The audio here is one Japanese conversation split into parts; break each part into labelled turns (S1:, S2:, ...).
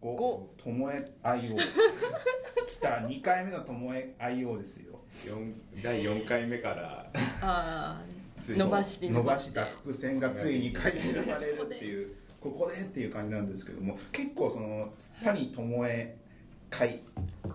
S1: 五
S2: 五
S1: ともえ IO 来た二回目のともえ IO ですよ
S3: 四第4回目から
S2: あ
S3: つ
S2: い伸ばして
S1: 伸ばした伏線がついに回避出されるっていうここでっていう感じなんですけども結構その谷ともえ会
S2: あ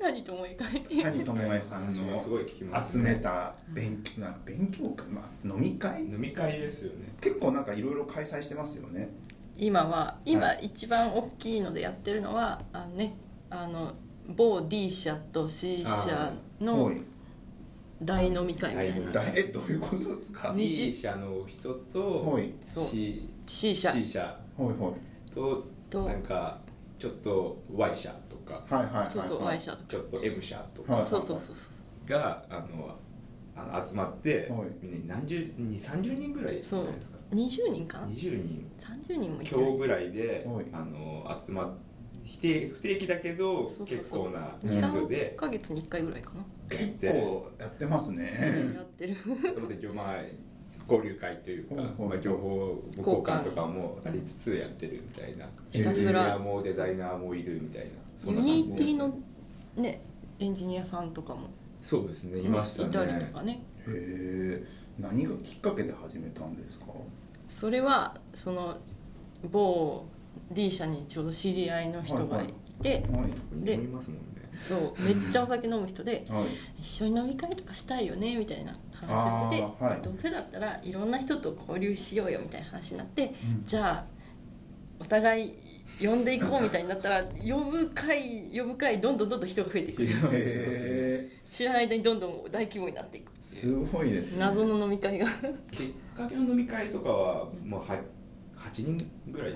S2: 何と思い返って
S1: 谷ともえさん
S3: 話
S1: の
S3: がすごい聞きます
S1: 集
S3: ね
S1: めた勉強なんか勉強会、まあ、飲み会
S3: 飲み会ですよね
S1: 結構なんかいろいろ開催してますよね
S2: 今は今
S1: は
S2: 一番大きいのでやってるのはあのねあの某 D 社と C 社
S1: お
S2: の
S1: い
S2: 大飲み会みたい
S1: だ
S2: な
S1: えどういうことですか
S2: に日
S3: B 社の人と
S1: ほい
S3: C,
S2: C 社
S3: C 社
S1: ほいほい
S3: と
S2: と
S3: なんかちょっと Y 社とか
S1: はいはいはい、はい、
S2: そうそう Y 社と
S3: ちょっと M 社と
S1: は
S3: か
S1: い
S2: そうそうそうそう
S3: があのあの集まって
S1: はい
S3: みんなに何十二三十人ぐらいじゃないですか
S2: 20人かな
S3: 20人
S2: 30人もいて
S3: 今日ぐらいで
S1: はい
S3: あの集まっ否定不定期だけ
S2: そ
S3: ど
S2: うそう
S3: 結
S2: そう
S3: 構な
S1: 人
S3: 人数
S2: 23
S3: で
S2: ヶ月に1回ぐらいかな
S3: やっ
S1: 結
S3: て
S1: 構やってますね
S2: やってる
S3: そこでまあ交流会というか、
S1: はいはい
S3: まあ、情報交換とかもありつつやってるみたいな
S2: ひた
S3: エンジ
S2: す
S3: ニ
S2: ら
S3: アもデザイナーもいるみたいなそ
S2: ユ
S3: んな感じ
S2: ニティのねエンジニアさんとかも
S3: そうですねいました
S2: いたりと
S3: ね
S2: かね
S1: へえ何がきっかけで始めたんですか
S2: それはその某 D 社にちょうど知り合いの人がいて、
S1: はい
S3: 飲みますもんね
S2: そうめっちゃお酒飲む人で
S1: はい
S2: 一緒に飲み会とかしたいよねみたいな話をしてて、
S1: あーはい
S2: どうせだったらいろんな人と交流しようよみたいな話になって、
S1: うん
S2: じゃあお互い呼んでいこうみたいになったら呼ぶ会呼ぶ会どんどんどんどん人が増えていく
S1: へえ
S2: 知らない間にどんどん大規模になっていく
S1: すごいですね
S2: 謎の飲み会が
S3: きっかけの飲み会とかはもうは8人ぐらい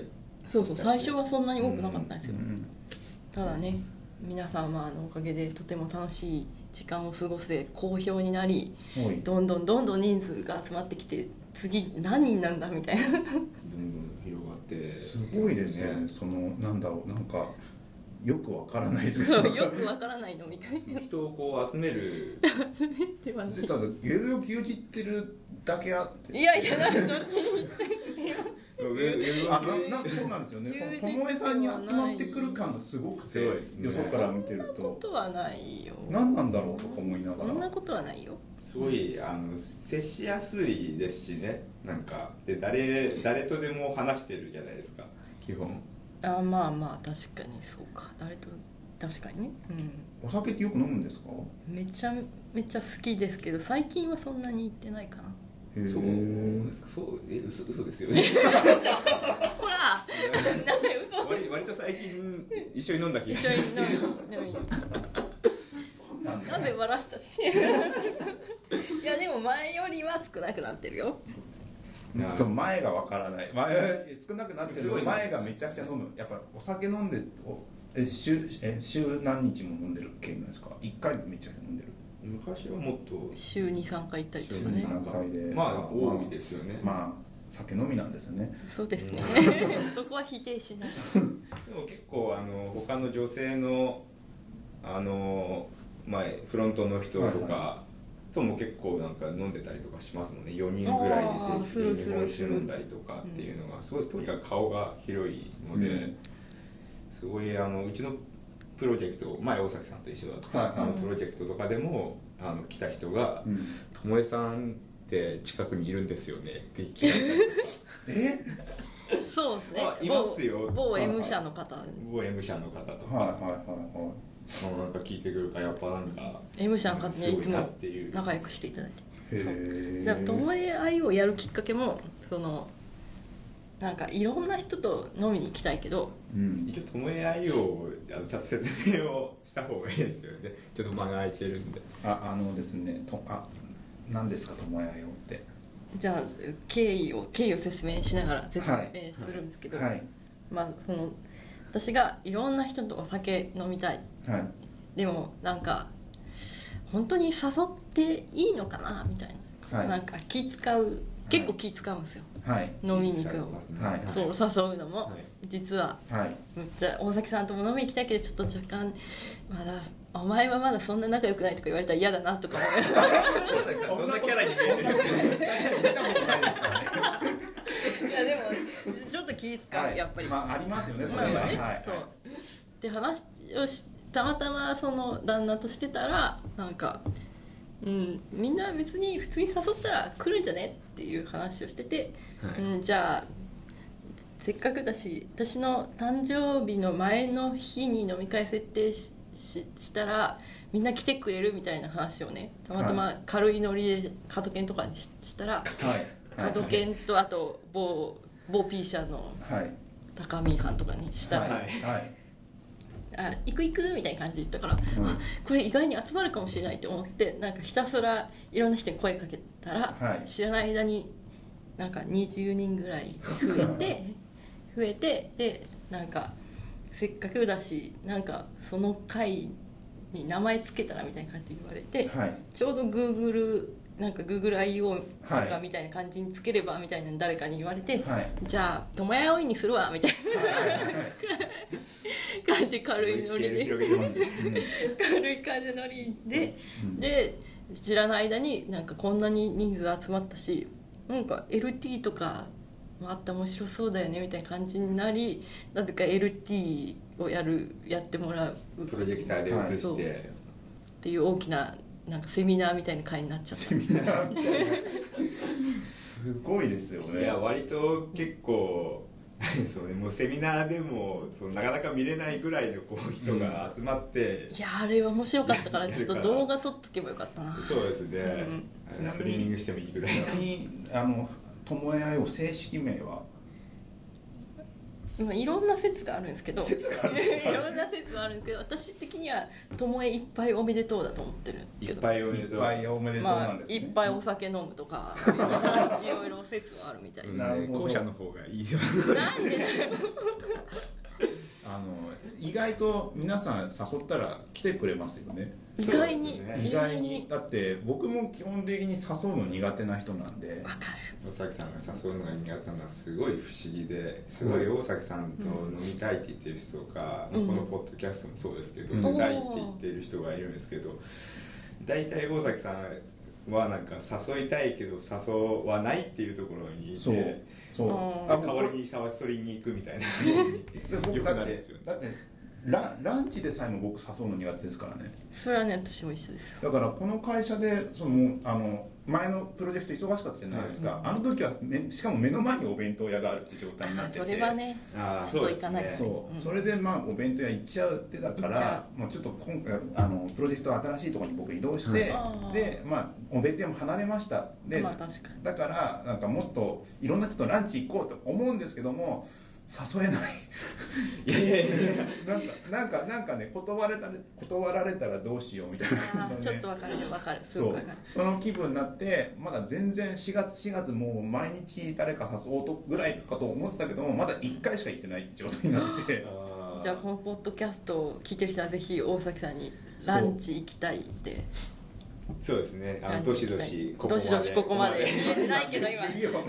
S2: そうそう最初はそんなに多くなかったんです
S1: う
S2: よ、
S1: ん
S2: ただね皆様のおかげでとても楽しい時間を過ごせ好評になり
S1: はい
S2: どんどんどんどん人数が集まってきて次何人なんだみたいな
S3: どんどん広がって
S1: すごいですねそのなんだろうなんかよくわからないですけど
S2: よくわからない飲み会
S3: 人をこう集める
S2: 集めては
S1: ただゆるよきよじってるだけあって
S2: いやいやなんかそっちに
S3: ウェブ
S1: あななんそうなんですよねこの友えさんに集まってくる感がすごくて
S3: すごいですね
S1: よそから見て
S2: そん
S1: る
S2: なこととはないよ
S1: 何なんだろうとか思いな
S2: そ
S1: が
S2: んな
S1: ら
S2: ことはないよ
S3: すごいあの接しやすいですしねなんかで誰誰とでも話してるじゃないですか基本
S2: あまあまあ確かにそうか誰と確かにねう
S1: お酒ってよく飲むんですか
S2: んめちゃめちゃ好きですけど最近はそんなに行ってないかな
S1: へえ
S3: そうですかそうえ嘘嘘ですよね
S2: ほら なんで嘘
S3: 割割と最近一緒に飲んだ気がし
S2: 一
S3: ま
S2: 緒
S3: すけど
S2: に飲みに
S1: なんだ
S2: なんでバラした しいやでも前よりは少なくなってるよ
S1: うんと前がわからない前少なくなってる
S3: すごいね
S1: 前がめちゃくちゃ飲むやっぱお酒飲んでおえ週え週何日も飲んでる系なんですか一回めちゃくちゃ飲んでる
S3: 昔はもっと
S2: 週23回行ったりとか
S1: 週
S2: ね
S1: に三回で
S3: まあ多いですよね、
S1: まあ酒飲みなんですよね
S2: そうですね そこは否定しない
S3: でも結構あの他の女性のあの、まあ、フロントの人と
S1: はい
S3: かとも結構なんか飲んでたりとかしますもんね4人ぐらい
S2: あー
S3: で
S2: する
S3: 定期的に日本酒飲んだりとかっていうのがすごいとにかく顔が広いので、
S1: うん
S3: すごいあのうちのプロジェクト前大崎さんと一緒だった、
S1: はい
S3: あのプロジェクトとかでもあの来た人が
S1: うん
S3: 「ともえさんって近くにいるんですよね」って聞いたりとか
S1: え
S2: そうですね
S3: あいますよ
S2: 某某 M 社の方
S3: 某 M 社の方とか
S1: はいはいはいはい
S3: もうなんか聞いてくるからやっぱなんか
S2: M 社の方にいつ
S3: すごいな
S2: も
S3: っていう
S2: 仲良くしていただいて
S1: へえ
S2: だから友え愛をやるきっかけもそのなんかいろんな人と飲みに行きたいけど
S1: うん
S3: 一応ともえあいをあのちゃんと説明をした方がいいですよねちょっと間が空いてるんで
S1: ああのですねとあ何ですか友えよって
S2: じゃあ経緯を経緯を説明しながら説
S1: はい
S2: 明するんですけど、
S1: はい
S2: まあその私がいろんな人とお酒飲みたい
S1: はい
S2: でもなんか本当に誘っていいのかなみたいな、
S1: はい
S2: なんか気使う結構気使うんですよ、
S1: はい
S2: 飲みに行くのも、
S1: はい
S2: そう誘うのも、
S3: はい
S2: 実は
S1: はい
S2: むっちゃ大崎さんとも飲みに行きたいけどちょっと若干まだお前はまだそんな仲良くないとか言われたら嫌だなとか思
S3: そんなキャラに見える
S1: 見たことないですからね
S2: ういやでもちょっと気使う、やっぱり、
S1: まあありますよねそれは
S2: まあ
S1: は
S2: ね
S1: い
S2: そうで話をしたまたまその旦那としてたらなんか、うん、みんな別に普通に誘ったら来るんじゃねっていう話をしてて、
S3: はい
S2: うん、じゃあせっかくだし私の誕生日の前の日に飲み会設定しししたらみんな来てくれるみたいな話をねたまたま軽いノリでカード券とかにししたら
S1: はい
S2: カード券とあと某某 P 社の
S1: はいはい
S2: 高見班とかにしたら、
S1: はいはい
S2: あ行く行くみたいな感じで言ったから、
S1: うん
S2: あこれ意外に集まるかもしれないと思ってなんかひたすらいろんな人に声かけたら、
S1: はい
S2: 知らない間になんか20人ぐらい増 えて増えてでなんかせっかくだしなんかその会に名前つけたらみたいな感じで言われて、
S1: はい
S2: ちょうど Google なんか GoogleIO
S1: はい
S2: とかみたいな感じにつければみたいなの誰かに言われて、
S1: はい
S2: じゃあ「友やおい」にするわみたいな感じ軽い
S3: す
S2: ノ
S3: ご
S2: リ
S3: スケール
S2: で
S3: 広げてますね
S2: 軽い感じのノリで、
S1: うん
S2: で知らない間になんかこんなに人数集まったしなんか LT とかもあった面白そうだよねみたいな感じになりなぜか LT をやるやってもらう
S3: プロジェクターで映
S2: そう
S3: し、
S2: ってていう大きななんかセミナーみたいな会になっちゃった
S1: セミナーみたいなすごいですよ
S3: い、
S1: ね
S3: や割と結構そうねもうセミナーでもそのなかなか見れないぐらいのこう人が集まって、
S2: いやあれは面白かったからちょっと
S3: やるから
S2: 動画撮っとけばよかったな
S3: そうですね、
S2: うん
S3: あのスリーミングしてもいいぐらい
S1: ち
S3: の
S1: なみにあの友え愛を正式名は
S2: 今いろんな説があるんですけど
S1: 説があるんですか
S2: いろんな説があるんですけど私的には「ともえいっぱいおめでとう」だと思ってるんです
S3: い
S2: け
S3: っ
S2: ど
S3: ぱいお
S1: い
S3: めで
S1: っ
S3: とう
S1: ぱいおめでとうな
S2: ま
S1: んです
S2: あ、
S1: ね
S2: いっぱいお酒飲むとかいろいろ説はあるみたい
S3: うん
S2: な
S1: なるほど
S3: 後者の方がいいよ
S2: なんでだよ
S1: あの意外と皆さん誘ったら来てくれますよね
S2: 意外に
S3: そうですね
S1: 意外にだって僕も基本的に誘うの苦手な人なんで
S2: わか
S3: 大崎さんが誘うのが苦手なのはすごい不思議ですごい大崎さんと飲みたいって言ってる人が、
S2: うん
S3: このポッドキャストもそうですけど、
S1: うん
S3: 飲みたいって言ってる人がいるんですけど大体大崎さんはなんか誘いたいけど誘わないっていうところにいて
S1: そう
S3: で
S1: そう
S2: うん
S1: あ
S3: 代わ
S1: 僕
S3: りに触りに行くみたいな
S1: 僕
S3: よ
S1: だ
S3: く
S1: っ
S3: なるん
S1: て
S3: ですよね
S1: だってランランチでさえも僕誘うの苦手ですからね
S2: るそれはね私も一緒ですよ
S1: だからこの会社でそのあの前のプロジェクト忙しかったじゃないですか、あの時は、ね、しかも目の前にお弁当屋があるって状態になっ
S2: あ
S1: てて
S2: それはね
S3: あー
S2: ちょっと行かないですね
S1: そう、
S2: うん
S1: それでまあお弁当屋行っちゃうってだか
S2: 行っちゃ
S1: らもうちょっと今回あのプロジェクト新しいところに僕移動して、
S2: うんあー
S1: でまあお弁当屋も離れましたで、
S2: まあ確かに
S1: だからなんかもっといろんな人とランチ行こうと思うんですけども誘え ない
S3: いやいやいや
S1: なんかなんかなんかね断られたら断られたらどうしようみたいな
S2: あ
S1: 感
S2: ー
S1: じ
S2: ち
S1: の
S2: ょっ
S1: ね
S2: とわかるわかるす
S1: そ
S2: ごく
S1: う
S2: わかる
S1: その気分になってまだ全然4月4月もう毎日誰か誘おうとぐらいかと思ってたけどもまだ1回しか行ってないって状態になってて
S3: あー
S2: じゃあこのポッドキャストを聞いてる人はぜひ大崎さんにランチ行きたいって
S3: そうですねあ
S2: ど
S3: のど
S2: し
S3: し
S2: ど
S3: ど
S2: し
S3: し
S2: どしどしここまで見えてないけど今
S1: いいよいいよ
S2: こ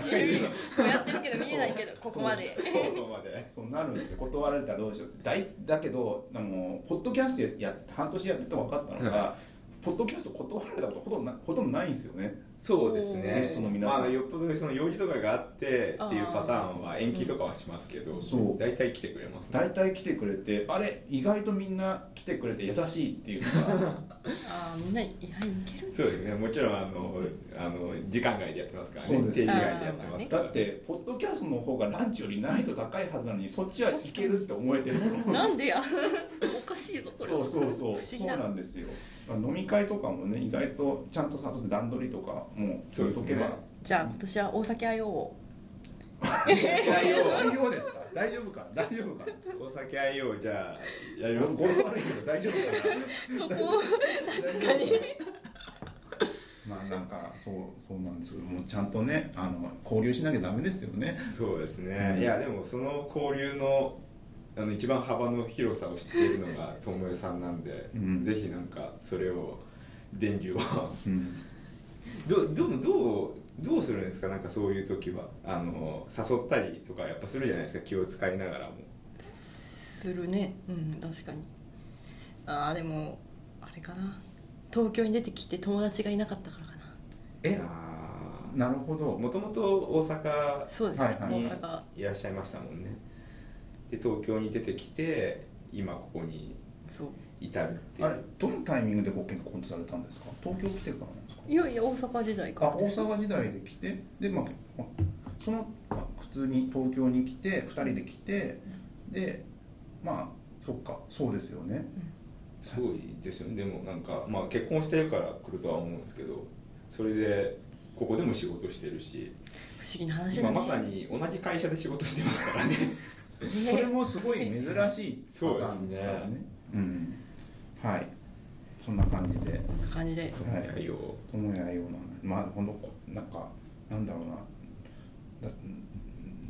S2: うやってるけど見えないけどここまで
S3: ここまで
S1: そうなるんですよ断られたらどうしようってだいだけどあのポッドキャストやって半年やってて分かったのが、ポッドキャスト断られたことほとんどなほとんどないんですよね
S3: そうですね
S1: ゲストの皆さん
S3: まあ、よっぽどその用事とかがあって
S2: あー
S3: っていうパターンは延期とかはしますけど、
S1: そう
S3: 大体来てくれますね
S1: 大体来てくれてあれ意外とみんな来てくれて優しいっていうのが
S2: ああみんな意外にいける
S3: そうですねもちろんあのあの時間外でやってますからね
S1: そうです
S3: 定時外でやってますか
S1: だ
S3: ら、
S1: ってポッドキャストの方がランチより難易度高いはずなのにそっちはいけるって思えてるの
S2: なんでやおかしいぞこれ
S1: そうそうそう
S2: 不思
S1: そ
S2: 議
S1: う
S2: な
S1: なんですよまあ飲み会とかもね意外とちゃんと誘って段取りとかも
S3: そうですね
S1: 解けば
S2: じゃあ今年は大酒あようを
S3: 大丈夫
S1: 大丈夫ですか大丈夫か大丈夫か
S3: お酒あいようじゃあやりますか
S1: ゴルフ悪いけど大丈夫かな
S2: そこを確かに
S1: まあなんかそうそうなんですよもうちゃんとねあの交流しなきゃダメですよね
S3: そうです
S1: う
S3: ね
S1: ん
S3: いやでもその交流のあの一番幅の広さを知っているのが友枝さんなんで、
S1: うん
S3: ぜひなんかそれを電流を
S1: うん
S3: どどうどうどうするんですかなんかそういう時はあの誘ったりとかやっぱするじゃないですか気を使いながらも
S2: するねうん確かにああでもあれかな東京に出てきて友達がいなかったからかな
S1: え
S3: あ
S1: なるほど
S3: もともと大阪
S2: そうですね、
S1: はいはい
S2: 大阪
S3: いらっしゃいましたもんねで東京に出てきて今ここに
S2: そう
S3: 至るってい
S1: あれ
S3: う
S1: どのタイミングでご結婚されたんですか東京来てからなんですか
S2: いやいや大阪時代か
S1: あ
S2: ら
S1: 大阪時代で来てでまあまあその、まあ、普通に東京に来て2人で来てでまあそっかそうですよね
S3: すごいですよねでもなんか、まあ、結婚してるから来るとは思うんですけどそれでここでも仕事してるし
S2: 不思議な話だ
S3: 今
S2: ね
S3: まさに同じ会社で仕事してますからね
S2: ね
S1: それもすごい珍しいパターンですから
S3: そうです
S1: ねうんはいそんな感じで
S2: こんな感じで
S1: はい
S3: 内容
S1: 友やようなまあほんとこなんかなんだろうなだう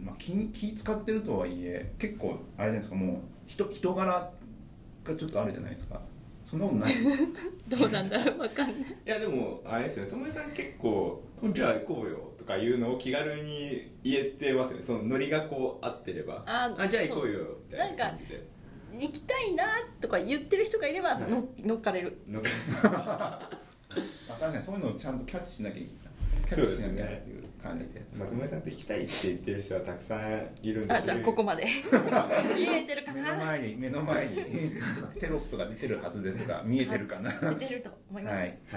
S1: んまあ、気に気使ってるとはいえ結構あれじゃないですかもう人人柄がちょっとあるじゃないですかそんなことない
S2: どうなんだろうわかんない
S3: いやでもあれですよね友枝さん結構「じゃあ行こうよ」とかいうのを気軽に言えてますよねそのノリがこう合ってれば
S2: あ
S3: じゃあ行こうよ」みたいな感じで
S2: 行きたいなとか言ってる人がいれば
S3: はい
S2: の乗っかれる
S3: なんか
S1: あ確かにそういうのをちゃんとキャッチしなきゃいキャ
S3: そう
S1: ッ
S3: で
S1: チし
S3: す
S1: な
S3: ね
S1: きゃっていう感じで
S3: まあ友枝さんって行きたいって言ってる人はたくさんいるんです
S2: あじゃあここまで見えてるか
S1: 目の
S2: な
S1: 前 に目の前にテロップが出てるはずですが見えてるかな
S2: 出てると思います
S1: はい